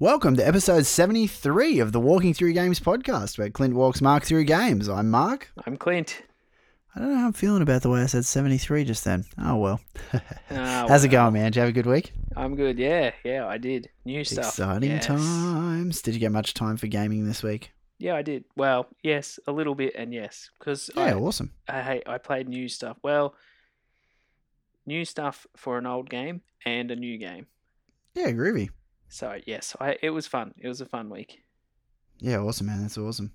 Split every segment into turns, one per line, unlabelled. Welcome to episode 73 of the Walking Through Games podcast, where Clint walks Mark through games. I'm Mark.
I'm Clint.
I don't know how I'm feeling about the way I said 73 just then. Oh, well.
Uh,
How's it going, man? Did you have a good week?
I'm good. Yeah, yeah, I did. New stuff.
Exciting
Yes.
times. Did you get much time for gaming this week?
Yeah, I did. Well, yes, a little bit, and yes, because
Yeah, Oh, awesome.
I, I I played new stuff. Well, new stuff for an old game and a new game.
Yeah, groovy.
So yes, I it was fun. It was a fun week.
Yeah, awesome, man. That's awesome.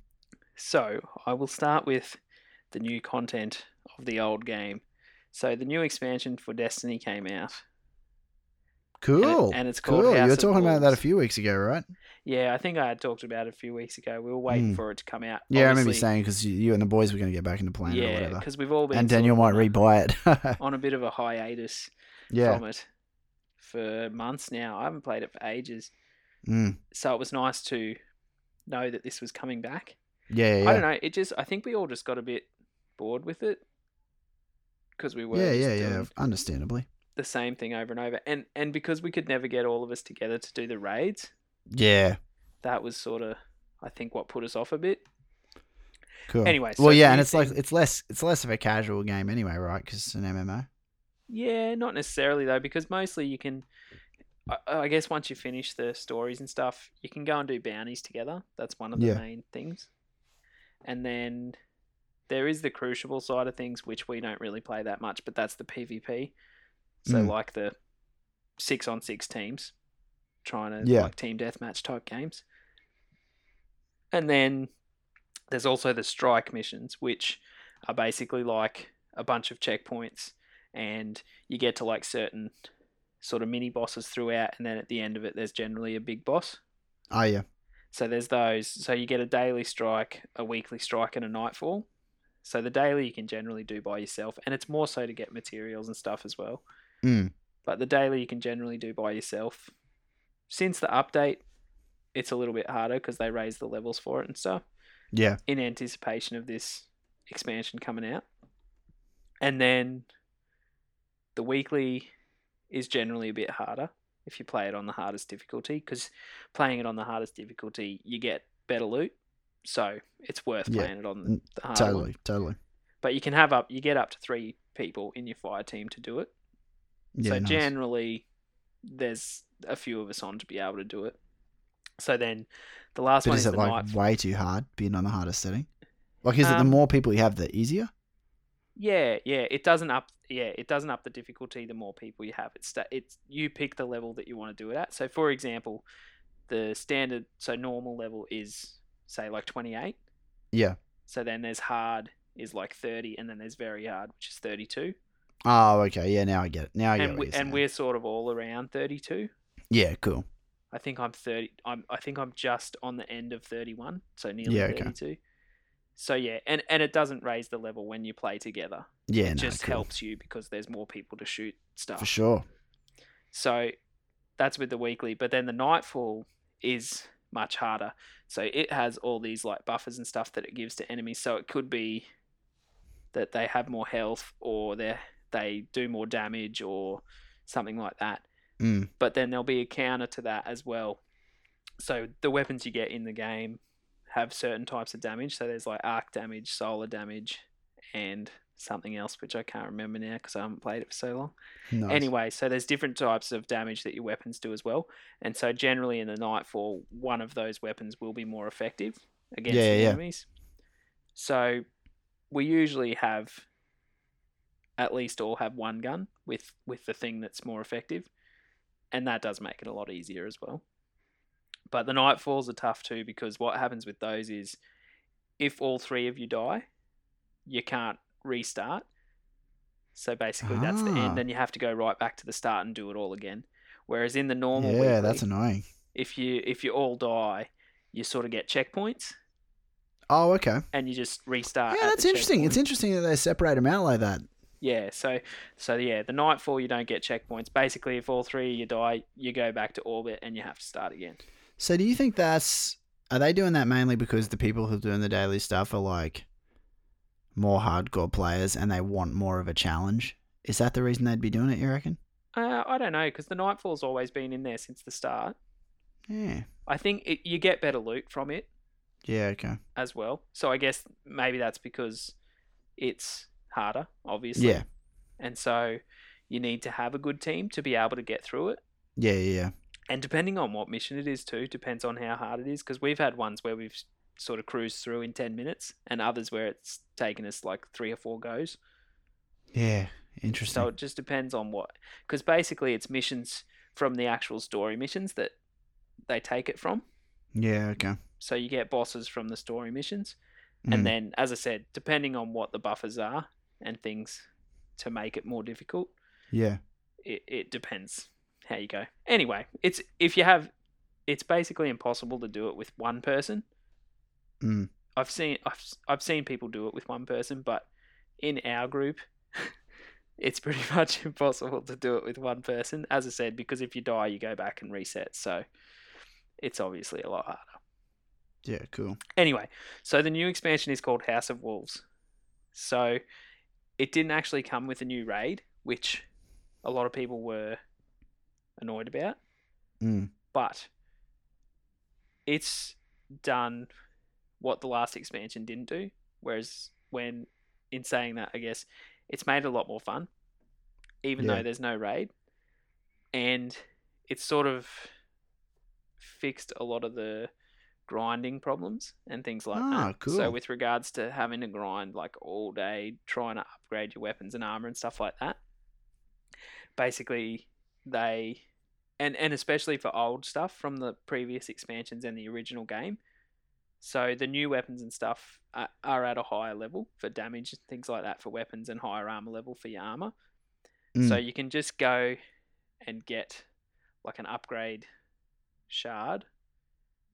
So I will start with the new content of the old game. So the new expansion for Destiny came out.
Cool.
and it's called
cool. you
House
were
of
talking about that a
Wolves.
few weeks ago, right?
Yeah, I think I had talked about it a few weeks ago. We were waiting
Mm.
for it to come out.
Yeah, I remember you
Obviously-
saying because you, you and the boys were going to get back into playing it or
Yeah,
whatever.
because we've all been
And
sort
Daniel
of
might
on a-
rebuy it.
on a bit of a hiatus
yeah.
from it for months now. I haven't played it for ages,
Mm.
so it was nice to know that this was coming back.
Yeah, yeah,
I
yeah.
don't know. It just I think we all just got a bit bored with it because we were
Yeah,
just
yeah, yeah.
doing
Understandably.
the same thing over and over, and and because we could never get all of us together to do the raids,
Yeah.
that was sort of I think what put us off a bit.
Cool.
Anyway, so
well,
the
yeah,
new
and it's like
thing-
it's less it's less of a casual game anyway, right? Because it's an MMO.
Yeah, not necessarily though, because mostly you can. I, I guess once you finish the stories and stuff, you can go and do bounties together. That's one of the
Yeah.
main things. And then there is the crucible side of things, which we don't really play that much, but that's the PvP. So
Mm.
like the six on six teams, trying to
Yeah.
like team deathmatch type games. And then there's also the strike missions, which are basically like a bunch of checkpoints and you get to like certain sort of mini bosses throughout and then at the end of it there's generally a big boss
Oh yeah,
so there's those so you get a daily strike a weekly strike and a nightfall so the daily you can generally do by yourself and it's more so to get materials and stuff as well
Mm.
but the daily you can generally do by yourself since the update it's a little bit harder because they raised the levels for it and stuff
yeah,
in anticipation of this expansion coming out. And then the weekly is generally a bit harder if you play it on the hardest difficulty because playing it on the hardest difficulty you get better loot. So it's worth
Yeah,
playing it on
n-
the harder
totally,
one.
totally.
But you can have up you get up to 3 people in your fire team to do it.
Yeah,
so
nice.
generally there's a few of us on to be able to do it. So then the last
but
one
is
is,
it
the
like
night
way too hard being on the hardest setting? Like, is it the
Um,
more people you have, the easier?
Yeah, yeah, it doesn't up. Yeah, it doesn't up the difficulty the more people you have. It's sta- it's you pick the level that you want to do it at. So for example, the standard so normal level is say like 28.
Yeah.
So then there's hard is like 30 and then there's very hard which is 32.
Oh, okay. Yeah, now I get it. Now I get
and
what
we,
you're saying.
and we're sort of all around 32.
yeah, cool.
I think I'm 30 I'm I think I'm just on the end of 31, so nearly
Yeah, okay.
32. So yeah, and and it doesn't raise the level when you play together.
Yeah,
it
no,
just
uh, cool.
helps you because there's more people to shoot stuff.
for sure.
So that's with the weekly, but then the nightfall is much harder. So it has all these like buffers and stuff that it gives to enemies. So it could be that they have more health or they they do more damage or something like that.
Mm.
But then there'll be a counter to that as well. So the weapons you get in the game have certain types of damage. So there's like arc damage, solar damage, and something else which I can't remember now because I haven't played it for so long.
Nice.
Anyway, so there's different types of damage that your weapons do as well. And so generally in the nightfall, one of those weapons will be more effective against
Yeah, yeah,
the
yeah.
enemies. So we usually have at least all have one gun with with the thing that's more effective. And that does make it a lot easier as well. But the nightfalls are tough too because what happens with those is if all three of you die, you can't restart. So basically, that's the
Ah.
end, and you have to go right back to the start and do it all again. Whereas in the normal,
yeah,
weekly,
that's annoying.
if you if you all die, you sort of get checkpoints,
Oh, okay.
and you just restart.
yeah,
uh, at
that's
the
interesting. It's
checkpoint.
interesting that they separate them out like that.
yeah. So so yeah, the nightfall you don't get checkpoints. Basically, if all three of you die, you go back to orbit and you have to start again.
So do you think that's are they doing that mainly because the people who are doing the daily stuff are like more hardcore players and they want more of a challenge? Is that the reason they'd be doing it, you reckon?
Uh, I don't know because the nightfall's always been in there since the start.
Yeah.
I think it, you get better loot from it
Yeah. Okay.
as well. So I guess maybe that's because it's harder, obviously.
Yeah.
And so you need to have a good team to be able to get through it.
Yeah. Yeah. yeah.
And depending on what mission it is, too, depends on how hard it is. Because we've had ones where we've sort of cruised through in 10 minutes, and others where it's taken us like three or four goes.
Yeah. Interesting.
So it just depends on what. Because basically, it's missions from the actual story missions that they take it from.
yeah. Okay.
So you get bosses from the story missions.
Mm.
And then, as I said, depending on what the buffers are and things to make it more difficult,
Yeah.
it, it depends how you go. Anyway, it's if you have, it's basically impossible to do it with one person.
Mm.
I've seen I've s- I've seen people do it with one person, but in our group, it's pretty much impossible to do it with one person. As I said, because if you die, you go back and reset, so it's obviously a lot harder.
Yeah. Cool.
Anyway, so the new expansion is called House of Wolves. So it didn't actually come with a new raid, which a lot of people were annoyed about,
Mm.
but it's done what the last expansion didn't do. Whereas, when in saying that, I guess it's made it a lot more fun, even
Yeah.
though there's no raid, and it's sort of fixed a lot of the grinding problems and things like
Ah,
that.
cool.
So, with regards to having to grind like all day, trying to upgrade your weapons and armor and stuff like that, basically they and and especially for old stuff from the previous expansions and the original game. So the new weapons and stuff are, are at a higher level for damage and things like that for weapons and higher armor level for your armor. So
Mm.
you can just go and get like an upgrade shard,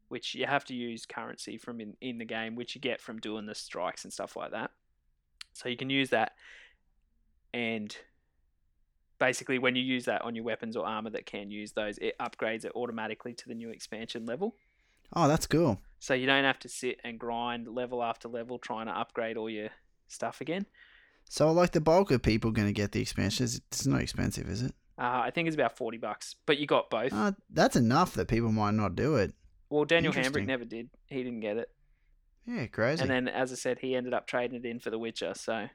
which you have to use currency from in, in the game, which you get from doing the strikes and stuff like that. So you can use that and basically when you use that on your weapons or armor that can use those, it upgrades it automatically to the new expansion level.
Oh, that's cool.
So you don't have to sit and grind level after level trying to upgrade all your stuff again.
So, like, the bulk of people going to get the expansion. It's- It's not expensive, is it?
Uh, I think it's about 40 bucks, but you got both.
Uh, that's enough that people might not do it.
Well, Daniel Hambrick
Interesting.
never did. He didn't get it.
Yeah, crazy.
And then, as I said, he ended up trading it in for The Witcher, so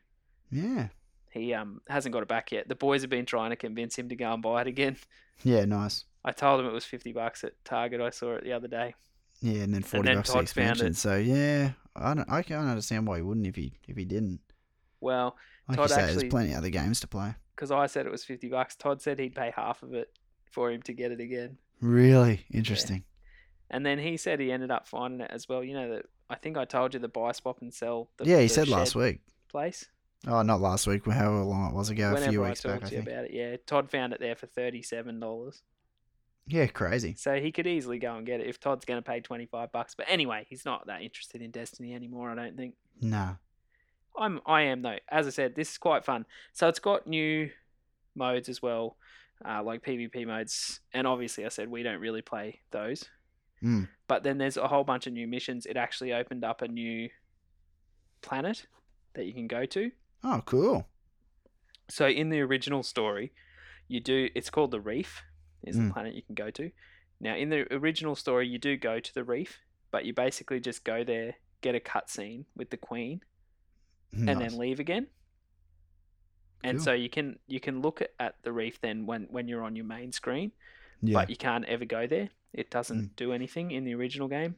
yeah.
he um hasn't got it back yet. The boys have been trying to convince him to go and buy it again.
Yeah, nice.
I told him it was fifty bucks at Target. I saw it the other day.
Yeah, and then forty
then
bucks the
Todd found
expansion.
it.
So yeah, I don't. I can't understand why he wouldn't if he if he didn't.
Well,
Like
Todd
you say,
actually-
there's plenty of other games to play.
because I said it was fifty bucks, Todd said he'd pay half of it for him to get it again.
Really interesting.
And then he said he ended up finding it as well. You know that I think I told you the buy swap and sell. The,
Yeah, he
the
said last
shed
week.
Place.
Oh, not last week. However long it was ago, a few
Whenever I
weeks
talked
back, I
to you
think.
about it, yeah, Todd found it there for thirty-seven dollars.
Yeah, crazy.
So he could easily go and get it if Todd's going to pay 25 bucks. But anyway, he's not that interested in Destiny anymore, I don't think.
Nah.
I'm I am though. As I said, this is quite fun. So it's got new modes as well, uh, like PvP modes, and obviously I said we don't really play those.
Mm.
But then there's a whole bunch of new missions. It actually opened up a new planet that you can go to.
Oh, cool.
So in the original story, you do it's called the reef is
Mm.
the planet you can go to. Now in the original story you do go to the reef, but you basically just go there, get a cutscene with the queen, and
Nice.
then leave again. And
Cool.
so you can you can look at- at the reef then when when you're on your main screen,
yeah. Mm.
but you can't ever go there. It doesn't do anything in the original game.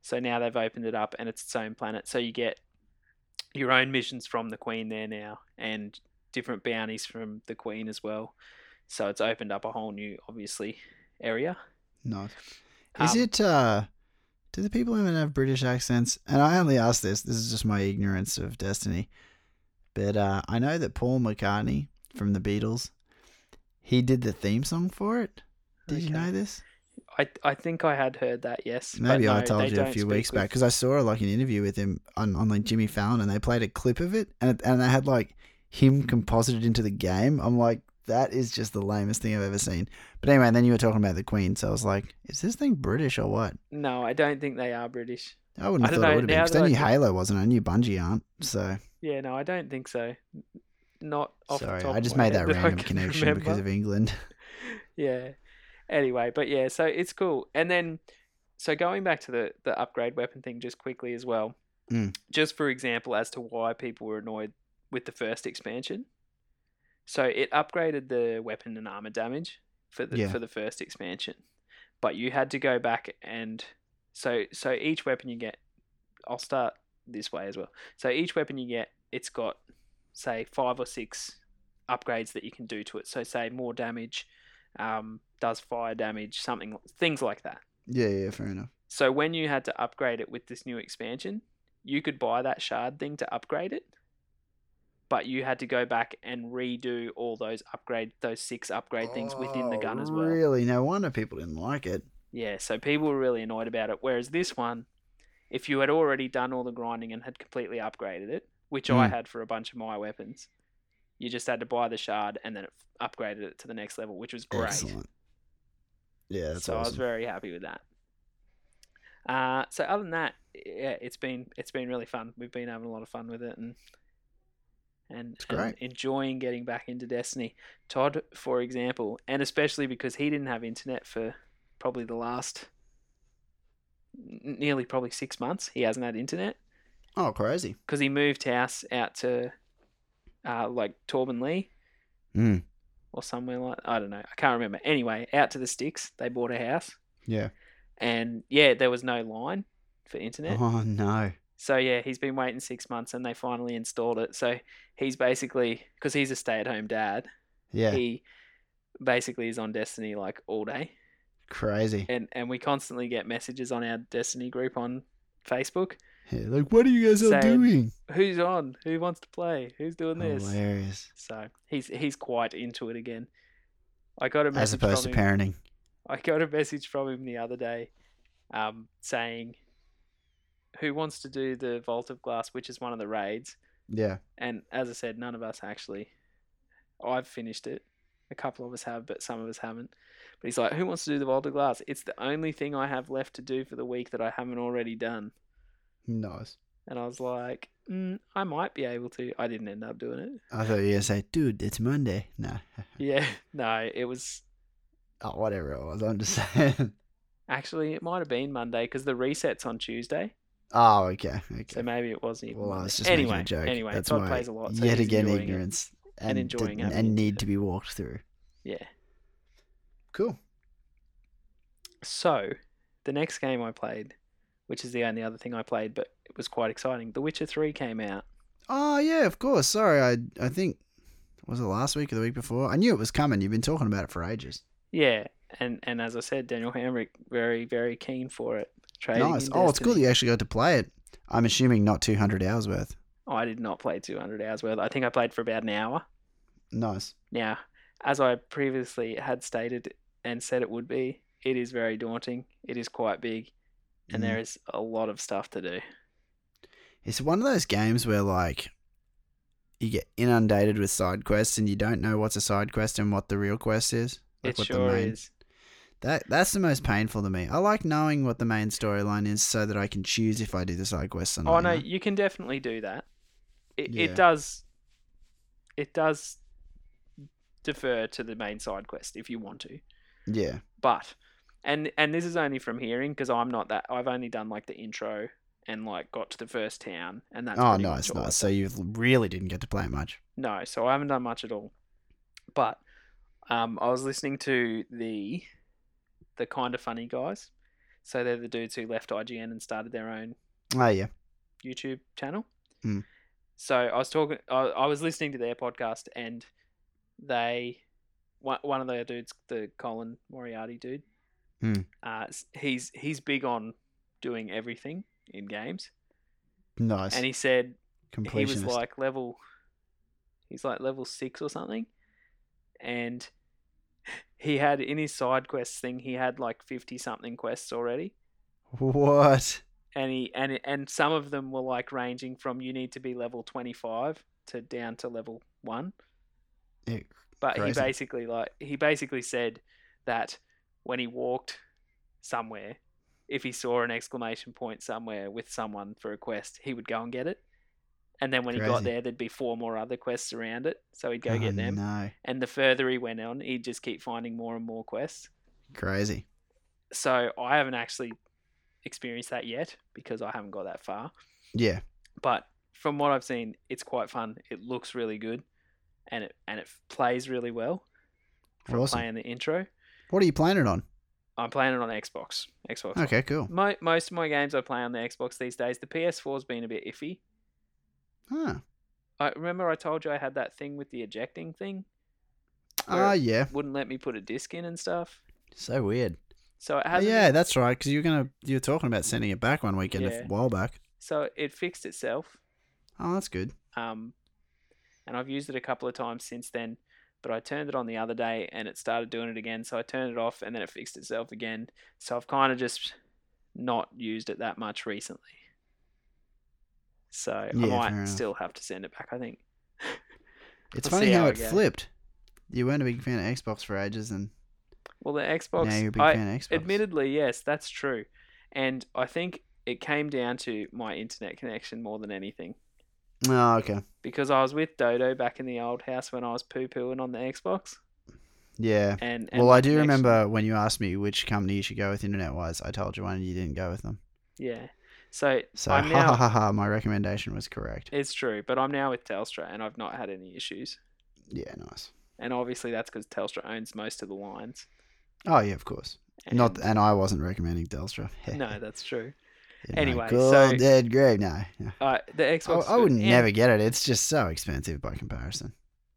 So now they've opened it up and it's its own planet. So you get your own missions from the Queen there now and different bounties from the Queen as well. So it's opened up a whole new, obviously, area.
Nice. Is
Um,
it? uh Do the people even have British accents? And I only ask this. This is just my ignorance of Destiny. But uh I know that Paul McCartney from the Beatles, he did the theme song for it. Did you
Okay.
know this?
I, I think I had heard that, yes. but
Maybe I
no, they
told you a
don't
few
speak
weeks
with-
back because I saw like an interview with him on, on like Jimmy Fallon, and they played a clip of it, and and they had like him composited into the game. I'm like, that is just the lamest thing I've ever seen. But anyway, then you were talking about the Queen, so I was like, is this thing British or what?
No, I don't think they are British.
I wouldn't
I
have
don't
thought
know,
it would have been
now
because
that
I
I
knew
think-
Halo wasn't. I knew Bungie aren't. So
Yeah, no, I don't think so. N- Not off
sorry,
the top
I
of
just
my
made that
head I
random
can
connection because
remember.
of England.
Yeah. anyway, but yeah, so it's cool. And then, so going back to the the upgrade weapon thing, just quickly as well,
Mm.
just for example, as to why people were annoyed with the first expansion. So it upgraded the weapon and armor damage for the
Yeah.
for the first expansion, but you had to go back and so so each weapon you get, I'll start this way as well. So each weapon you get, it's got say five or six upgrades that you can do to it. So say more damage, um, does fire damage, something things like that.
Yeah, yeah, fair enough.
So when you had to upgrade it with this new expansion, you could buy that shard thing to upgrade it, but you had to go back and redo all those upgrade those six upgrade things within the
Oh,
gun as well.
Really? No wonder people didn't like it.
Yeah, so people were really annoyed about it. Whereas this one, if you had already done all the grinding and had completely upgraded it, which I
Mm.
had for a bunch of my weapons, you just had to buy the shard and then it f- upgraded it to the next level, which was great.
Excellent. Yeah, that's
so I was
awesome.
very happy with that. Uh, so other than that, yeah, it's been it's been really fun. We've been having a lot of fun with it and and, and
great.
enjoying getting back into Destiny. Todd, for example, and especially because he didn't have internet for probably the last n- nearly probably six months. He hasn't had internet
oh, crazy.
because he moved house out to uh, like Torbenlee
Mm.
or somewhere like I don't know. I can't remember. Anyway, out to the sticks. They bought a house.
Yeah.
and yeah, there was no line for internet.
Oh no.
So yeah, he's been waiting six months, and they finally installed it. So he's basically because he's a stay-at-home dad,
Yeah,
he basically is on Destiny like all day,
crazy.
and and we constantly get messages on our Destiny group on Facebook.
Yeah, like, what are you guys all
Sad.
doing?
Who's on? Who wants to play? Who's doing
Oh,
this?
Hilarious.
So he's he's quite into it again. I got a message
As opposed to
from him.
parenting.
I got a message from him the other day um, saying, Who wants to do the Vault of Glass, which is one of the raids?
Yeah.
And as I said, none of us actually. I've finished it. A couple of us have, but some of us haven't. But he's like, Who wants to do the Vault of Glass? It's the only thing I have left to do for the week that I haven't already done.
Nice.
And I was like, mm, I might be able to. I didn't end up doing it.
I thought you were gonna say, dude, it's Monday. No.
Yeah, no, it was
Oh, whatever it was. I'm just saying.
actually, it might have been Monday because the reset's on Tuesday.
Oh, okay.
So
Okay.
maybe it wasn't even.
well, I
Monday.
was just
anyway,
making a joke.
Anyway,
That's
Todd
my
plays a lot. So
yet
he's
again
enjoying it.
ignorance
and
and
enjoying
and,
having it.
need to be walked through.
Yeah.
Cool.
So the next game I played, which is the only other thing I played, but it was quite exciting. The Witcher Three came out.
Oh yeah, of course. Sorry, I I think was it last week or the week before? I knew it was coming. You've been talking about it for ages.
Yeah, and and as I said, Daniel Hamrick very very keen for it. Trading
nice.
in
Oh, it's cool that
Destiny.
you actually got to play it. I'm assuming not 200 hours worth.
I did not play 200 hours worth. I think I played for about an hour.
Nice.
Now, as I previously had stated and said it would be, it is very daunting. It is quite big, and
Mm-hmm.
there is a lot of stuff to do.
Mm. It's one of those games where like you get inundated with side quests and you don't know what's a side quest and what the real quest is. Like
it
what
sure
the main
is.
that that's the most painful to me. I like knowing what the main storyline is so that I can choose if I do the side quests or not.
Oh
you
no,
know?
you can definitely do that. It,
Yeah.
it does. It does defer to the main side quest if you want to,
Yeah.
but and and this is only from hearing because I'm not that. I've only done like the intro and like got to the first town and that's
Oh
pretty
nice,
much all I've
nice. So you really didn't get to play it much.
No, so I haven't done much at all. But um, I was listening to the the kind of funny guys. So they're the dudes who left IGN and started their own
Oh yeah.
YouTube channel.
Mm.
So I was talking, I, I was listening to their podcast, and they, one, one of their dudes, the Colin Moriarty dude,
Mm.
uh, s- he's he's big on doing everything in games,
Nice.
and he said he
Completionist.
was like level he's like level six or something and he had in his side quests thing he had like 50 something quests already
what?
and he and and some of them were like ranging from you need to be level 25 to down to level 1
Ew,
but
Crazy.
he basically like he basically said that when he walked somewhere if he saw an exclamation point somewhere with someone for a quest he would go and get it and then when he got
Crazy.
there there'd be four more other quests around it so he'd go
oh,
get them
No.
and the further he went on he'd just keep finding more and more quests
Crazy.
So I haven't actually experienced that yet because I haven't got that far.
Yeah.
But from what I've seen, it's quite fun. It looks really good, and it and it plays really well. From
Awesome.
playing the intro,
What are you playing it on?
I'm playing it on Xbox. Xbox.
Okay, cool.
Mo- most of my games I play on the Xbox these days. The PS4's been a bit iffy.
Ah,
I remember I told you I had that thing with the ejecting thing. Where
ah
it
yeah.
wouldn't let me put a disc in and stuff.
So weird.
So it
Oh,
hasn't.
yeah, that's right. Because you're gonna you're talking about sending it back one weekend a
Yeah.
f- while back.
So it fixed itself.
Oh, that's good.
Um, and I've used it a couple of times since then. But I turned it on the other day and it started doing it again. So I turned it off and then it fixed itself again. So I've kind of just not used it that much recently. So
Yeah,
I might
fair enough.
still have to send it back. I think.
It's
We'll see
funny how
how
it
it goes.
flipped. You weren't a big fan of Xbox for ages, and
Well, the Xbox.
now you're a big
I-
fan of Xbox.
Admittedly, yes, that's true. And I think it came down to my internet connection more than anything.
Oh, okay.
Because I was with Dodo back in the old house when I was poo pooing on the Xbox.
Yeah.
And, and
Well,
my
I do
connection-
remember when you asked me which company you should go with internet wise, I told you one and you didn't go with them.
Yeah. So,
So,
I'm
ha ha
now.
ha ha, my recommendation was correct.
It's true, but I'm now with Telstra and I've not had any issues.
Yeah, nice.
And obviously, that's because Telstra owns most of the lines.
Oh, yeah, of course.
And,
Not, and I wasn't recommending Telstra.
No, that's true.
You
anyway,
good
so-
old dead Greg. No, no.
Uh, the
I,
Xbox.
I
was-
would
and-
never get it. It's just so expensive by comparison.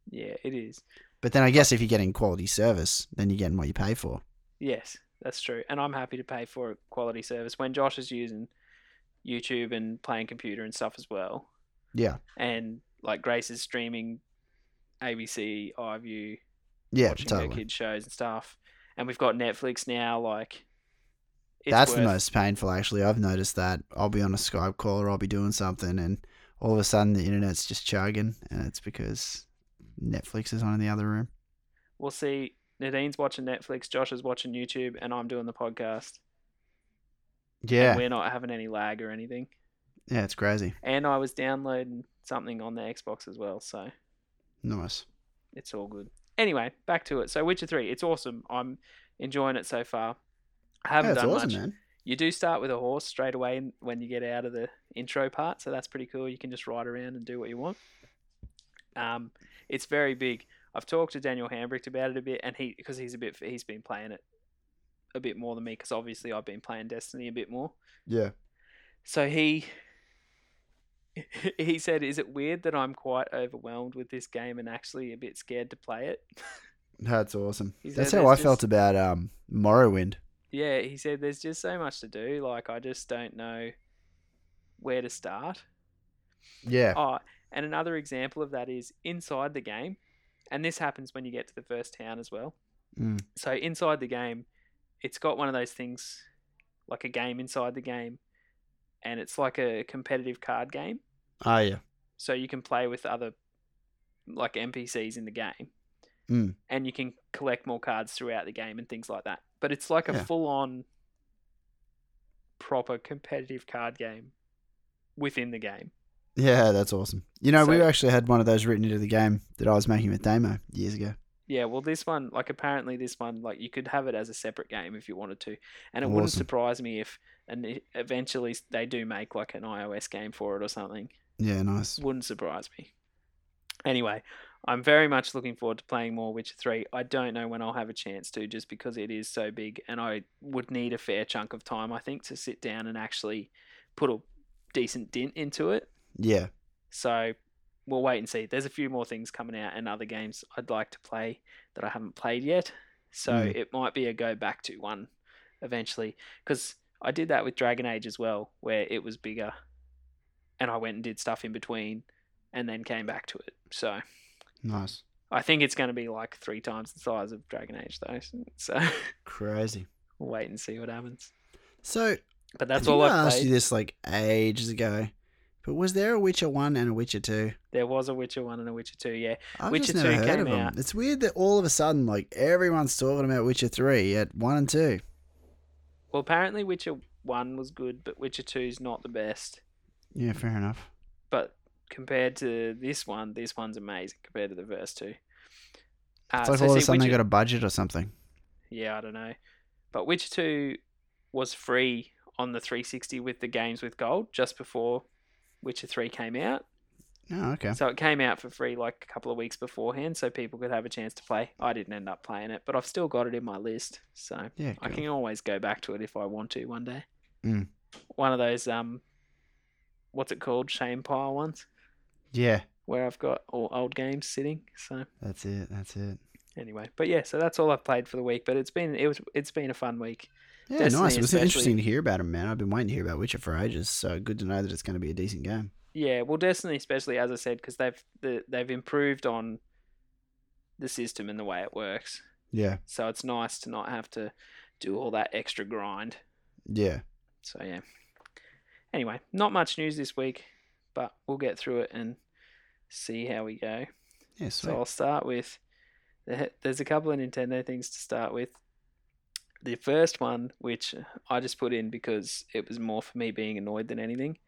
Yeah, it is.
But then I guess if you're getting quality service, then you're getting what you pay for.
Yes, that's true. And I'm happy to pay for a quality service when Josh is using YouTube and playing computer and stuff as well.
Yeah,
And like Grace is streaming ABC, iView,
yeah,
watching her
totally.
kids shows and stuff. And we've got Netflix now. Like, it's
That's the
worth-
most painful, actually. I've noticed that I'll be on a Skype call or I'll be doing something, and all of a sudden the internet's just chugging, and it's because Netflix is on in the other room.
We'll see. Nadine's watching Netflix, Josh is watching YouTube, and I'm doing the podcast.
Yeah,
And we're not having any lag or anything.
yeah, it's crazy.
And I was downloading something on the Xbox as well. So.
Nice.
it's all good. Anyway, back to it. So Witcher three, it's awesome. I'm enjoying it so far. I
Yeah,
haven't
it's
done
awesome,
much.
man.
You do start with a horse straight away in- when you get out of the intro part, so that's pretty cool. You can just ride around and do what you want. Um, it's very big. I've talked to Daniel Hambrick about it a bit, and he because he's a bit he's been playing it a bit more than me because obviously I've been playing Destiny a bit more.
Yeah.
So he he said, "Is it weird that I'm quite overwhelmed with this game and actually a bit scared to play it?"
That's awesome.
He
That's
said
how I
it's
felt
just-
about um, Morrowind.
Yeah, he said there's just so much to do. Like I just don't know where to start.
Yeah.
Oh, and another example of that is inside the game, and this happens when you get to the first town as well.
Mm.
So inside the game, it's got one of those things, like a game inside the game, and it's like a competitive card game.
Oh, yeah.
So you can play with other, like NPCs in the game,
Mm.
and you can collect more cards throughout the game and things like that. But it's like a
Yeah.
full-on, proper competitive card game within the game.
Yeah, that's awesome. You know, we
So-
actually had one of those written into the game that I was making with Damo years ago.
Yeah, well, this one, like, apparently, this one, like, you could have it as a separate game if you wanted to, and it wouldn't
Awesome.
surprise me if, and i- eventually s- they do make like an iOS game for it or something.
Yeah, nice.
Wouldn't surprise me. Anyway, I'm very much looking forward to playing more Witcher Three. I don't know when I'll have a chance to, just because it is so big, and I would need a fair chunk of time, I think, to sit down and actually put a decent dent into it.
Yeah.
So we'll wait and see. There's a few more things coming out and other games I'd like to play that I haven't played yet. So
Mm.
it might be a go back to one eventually. Because I did that with Dragon Age as well, where it was bigger and I went and did stuff in between and then came back to it. So
Nice.
I think it's going to be like three times the size of Dragon Age, though. So
Crazy.
we'll wait and see what happens.
So
But that's
I
all
think I
I've
asked you
played.
this like ages ago, but was there a Witcher one and a Witcher two?
There was a Witcher 1 and a Witcher 2, yeah.
I've
Witcher
just never
2
heard
came
of 'em.
out.
It's weird that all of a sudden, like everyone's talking about Witcher three at one and two.
Well, apparently Witcher 1 was good, but Witcher 2 is not the best.
Yeah, fair enough.
but compared to this one, this one's amazing compared to the verse two. Uh,
It's like
so
all of a
see,
sudden they
Witcher-
got a budget or something.
yeah, I don't know. But Witcher 2 was free on the 360 with the games with gold just before Witcher 3 came out.
Oh, okay.
So it came out for free like a couple of weeks beforehand so people could have a chance to play. I didn't end up playing it, but I've still got it in my list. So
Yeah.
I
cool.
can always go back to it if I want to one day.
Mm.
One of those um what's it called? Shame pile ones
Yeah.
where I've got all old games sitting. So
That's it. That's it.
anyway. But yeah, so that's all I've played for the week. But it's been it was it's been a fun week.
Yeah,
Destiny
nice. It was
especially-
interesting to hear about him, man. I've been waiting to hear about Witcher for ages, so good to know that it's going to be a decent game.
Yeah, well, Destiny, especially as I said, because they've the, they've improved on the system and the way it works.
Yeah.
So it's nice to not have to do all that extra grind.
Yeah.
So yeah. Anyway, not much news this week, but we'll get through it and see how we go.
Yeah,
So
sweet.
I'll start with the- there's a couple of Nintendo things to start with. The first one, which I just put in because it was more for me being annoyed than anything.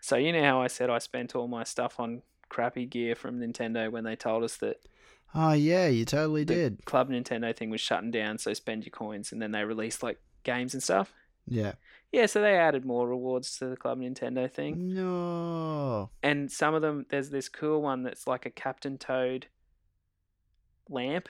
So you know how I said I spent all my stuff on crappy gear from Nintendo when they told us that
Oh, yeah, you totally
the
did.
Club Nintendo thing was shutting down, so spend your coins, and then they released like games and stuff.
Yeah.
Yeah, so they added more rewards to the Club Nintendo thing.
No.
and some of them there's this cool one that's like a captain toad lamp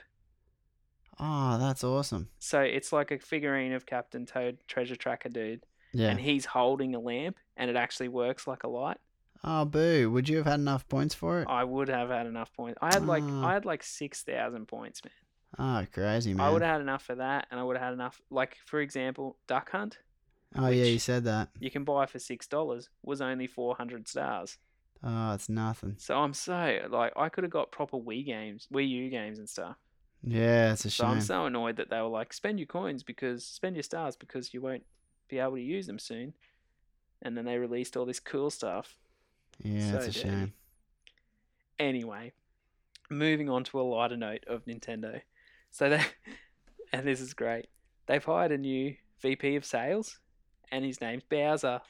Oh, that's awesome.
so it's like a figurine of captain toad treasure tracker dude
Yeah.
and he's holding a lamp and it actually works like a light
Oh, boo. Would you have had enough points for it?
i would have had enough points i had like
Ah.
i had like 6000 points man.
Oh, crazy, man.
i would have had enough for that and i would have had enough like for example duck hunt
oh, yeah,
which-
you said that.
you can buy for six dollars was only 400 stars
Oh, it's nothing.
so i'm so like i could have got proper wii games wii u games and stuff
Yeah, it's a
So I'm
shame.
so annoyed that they were like, spend your coins because spend your stars because you won't be able to use them soon. And then they released all this cool stuff.
yeah, it's
so
a
dirty.
shame.
Anyway, moving on to a lighter note of Nintendo. So they, and this is great. They've hired a new VP of sales, and his name's Bowser.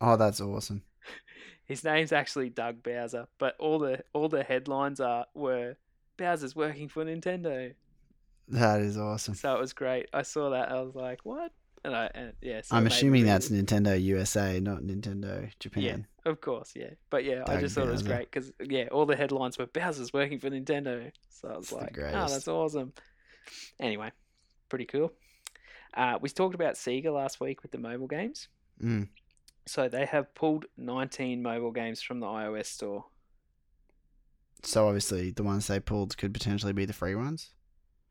Oh, that's awesome.
His name's actually Doug Bowser, but all the all the headlines are were Bowser's working for Nintendo.
That is awesome.
So it was great. I saw that. I was like, what? And I and yeah. so
I'm
it made me
assuming
really-
that's Nintendo USA, not Nintendo Japan.
Of course, yeah. But yeah, I
Doug
just thought it was
Bowser.
great because yeah, all the headlines were Bowser's working for Nintendo. So I was
It's the
like, oh,
greatest.
that's awesome. Anyway, pretty cool. Uh, we talked about Sega last week with the mobile games.
Mm.
So they have pulled 19 mobile games from the iOS store.
So obviously, the ones they pulled could potentially be the free ones.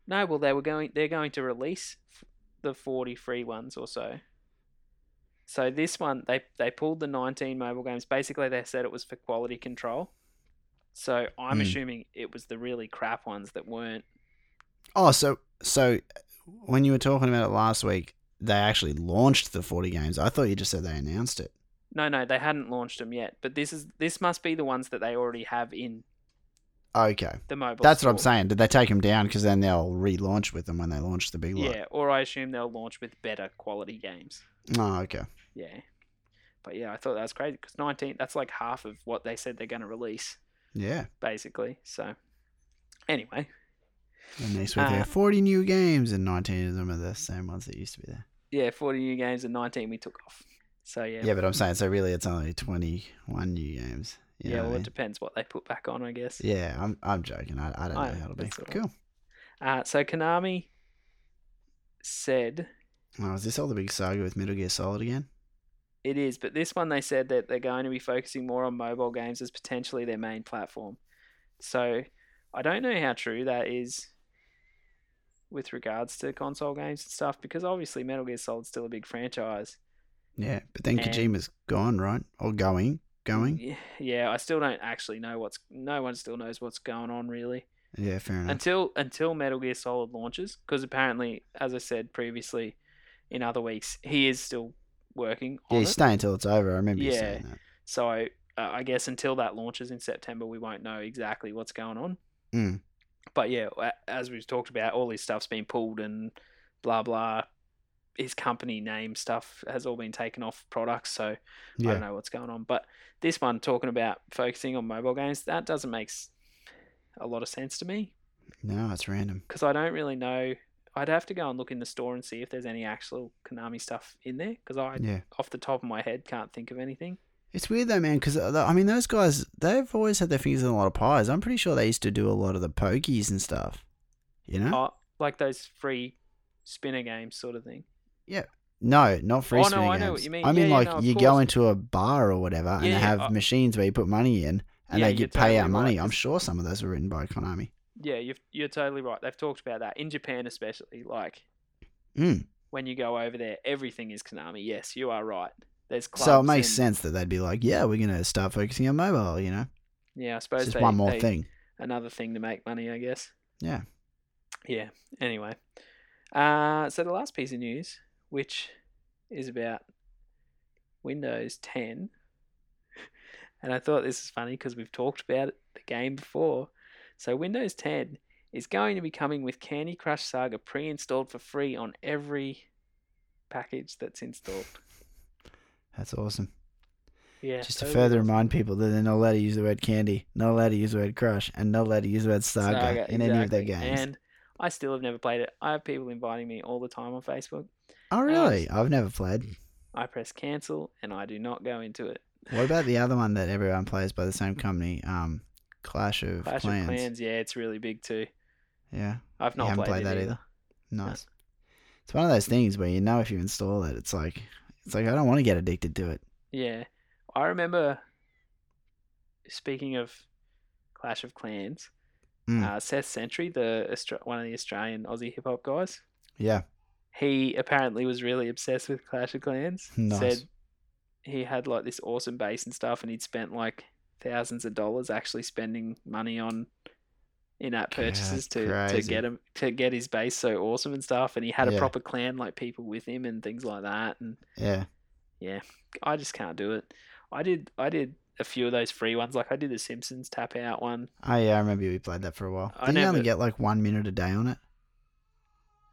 No, well they were going. They're going to release f- the 40 free ones or so. So this one, they they pulled the 19 mobile games. Basically, they said it was for quality control. So I'm
Hmm.
assuming it was the really crap ones that weren't.
Oh, so so when you were talking about it last week, they actually launched the 40 games. I thought you just said they announced it.
No, no, they hadn't launched them yet. But this is this must be the ones that they already have in
Okay,
the mobile.
that's what I'm
store.
saying. Did they take them down? Because then they'll relaunch with them when they launch the big lot.
Yeah, or I assume they'll launch with better quality games.
Oh, okay.
Yeah, but yeah, I thought that was crazy because 19. That's like half of what they said they're going to release,
Yeah.
basically. So anyway,
And next week they
Uh,
have 40 new games, and 19 of them are the same ones that used to be there.
Yeah, 40 new games and 19 we took off. So yeah.
Yeah, but I'm saying so. Really, it's only 21 new games. You
yeah,
know
well
what I
it
mean?
depends what they put back on, I guess.
Yeah, I'm I'm joking. I, I don't know
I-
how it'll be.
that's all right.
Cool.
Uh, so Konami said
Oh, is this all the big saga with Metal Gear Solid again?
it is, but this one they said that they're going to be focusing more on mobile games as potentially their main platform. So I don't know how true that is with regards to console games and stuff because obviously Metal Gear Solid's still a big franchise.
Yeah, but then
And-
Kojima's gone, right? Or going, going.
Yeah, yeah, I still don't actually know what's no one still knows what's going on really.
Yeah, fair enough.
until until Metal Gear Solid launches, because apparently, as I said previously, in other weeks, he is still working
Yeah,
on
you
it.
stay until it's over. I remember you
Yeah.
saying that.
so uh, I guess until that launches in September, we won't know exactly what's going on.
Mm.
But yeah, a- as we've talked about, all his stuff's been pulled and blah blah. His company name stuff has all been taken off products, so I don't
Yeah,
know what's going on. But this one talking about focusing on mobile games, that doesn't make s- a lot of sense to me
no, it's random.
because I don't really know I'd have to go and look in the store and see if there's any actual Konami stuff in there because I,
Yeah.
off the top of my head, can't think of anything.
It's weird though, man, because I mean, those guys, they've always had their fingers in a lot of pies. I'm pretty sure they used to do a lot of the pokies and stuff. You know?
Oh, like those free spinner games, sort of thing.
no, not free
Oh, no,
spinning
I know
games.
what you mean.
I
Yeah,
mean,
yeah,
like,
no, of
you go
course.
into a bar or whatever and
Yeah,
they
yeah,
have
I-
machines where you put money in and
Yeah,
they
you're
get pay out
totally
money.
right.
I'm sure some of those were written by Konami.
Yeah, you've, you're totally right. They've talked about that in Japan, especially. Like
Mm.
when you go over there, everything is Konami. Yes, you are right. There's clubs
So it makes
and-
sense that they'd be like, yeah, we're going to start focusing on mobile, you know?
Yeah, I
It's
suppose
just
they-
one more
they-
thing.
Another thing to make money, I guess.
Yeah.
Yeah. Anyway, uh, so the last piece of news, which is about Windows 10, and I thought this is funny because we've talked about it- the game before. So Windows 10 is going to be coming with Candy Crush Saga pre-installed for free on every package that's installed.
That's awesome.
Yeah.
Just to
totally
further
awesome.
remind people that they're not allowed to use the word candy, not allowed to use the word crush, and not allowed to use the word saga,
Saga,
in any of their
exactly.
games.
And I still have never played it. I have people inviting me all the time on Facebook. Um,
oh, really? I've never played.
I press cancel and I do not go into it.
What about the other one that everyone plays by the same company? Um, Clash of
Clash
Clans.
of Clans, yeah, it's really big too.
Yeah,
I've not
haven't
played,
played
it
that either.
either.
nice. It's one of those things where you know if you install it, it's like it's like I don't want to get addicted to it.
Yeah. I remember speaking of Clash of Clans,
Mm.
uh, Seth Sentry, the Austra- one of the Australian Aussie hip hop guys,
Yeah,
he apparently was really obsessed with Clash of Clans.
Nice.
Said he had like this awesome bass and stuff, and he'd spent like thousands of dollars actually spending money on in-app
God,
purchases to, to
crazy.
get him to get his bass so awesome and stuff. And he had a
Yeah.
proper clan like people with him and things like that. And
yeah,
I just can't do it. I did I did a few of those free ones. Like I did the Simpsons tap out one.
oh yeah. I remember we played that for a while.
I
Didn't you only
never-
get like one minute a day on it?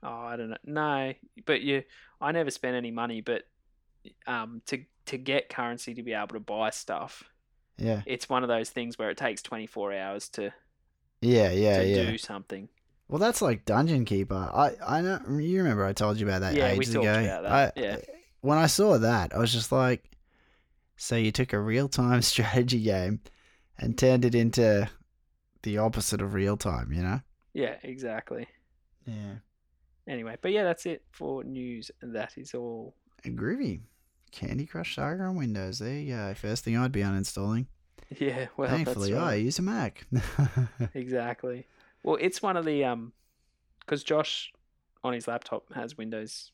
Oh, I don't know. No, but you, I never spent any money, but um, to to get currency to be able to buy stuff,
Yeah,
it's one of those things where it takes twenty four hours to
yeah, yeah,
to
yeah.
do something.
Well, that's like Dungeon Keeper. I I know you remember I told you about that
Yeah, we
ages
talked
ago.
about that,
I-
yeah.
When I saw that, I was just like, so you took a real time strategy game and turned it into the opposite of real time, you know?
Yeah, exactly.
Yeah.
Anyway, but yeah, that's it for news. That is all.
Groovy. Candy Crush Saga on Windows. There you go. First thing I'd be uninstalling.
Yeah, well,
Thankfully,
that's
I
right.
use a Mac.
exactly. Well, it's one of the um, because Josh on his laptop has Windows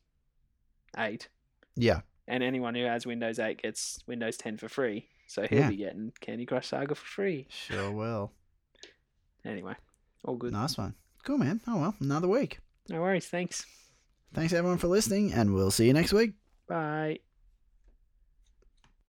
eight.
yeah.
and anyone who has Windows 8 gets Windows 10 for free. So he'll
Yeah.
be getting Candy Crush Saga for free.
Sure will.
Anyway, all good.
Nice one. Cool, man. Oh, well. Another week.
No worries. Thanks.
Thanks, everyone, for listening, and we'll see you next week.
Bye.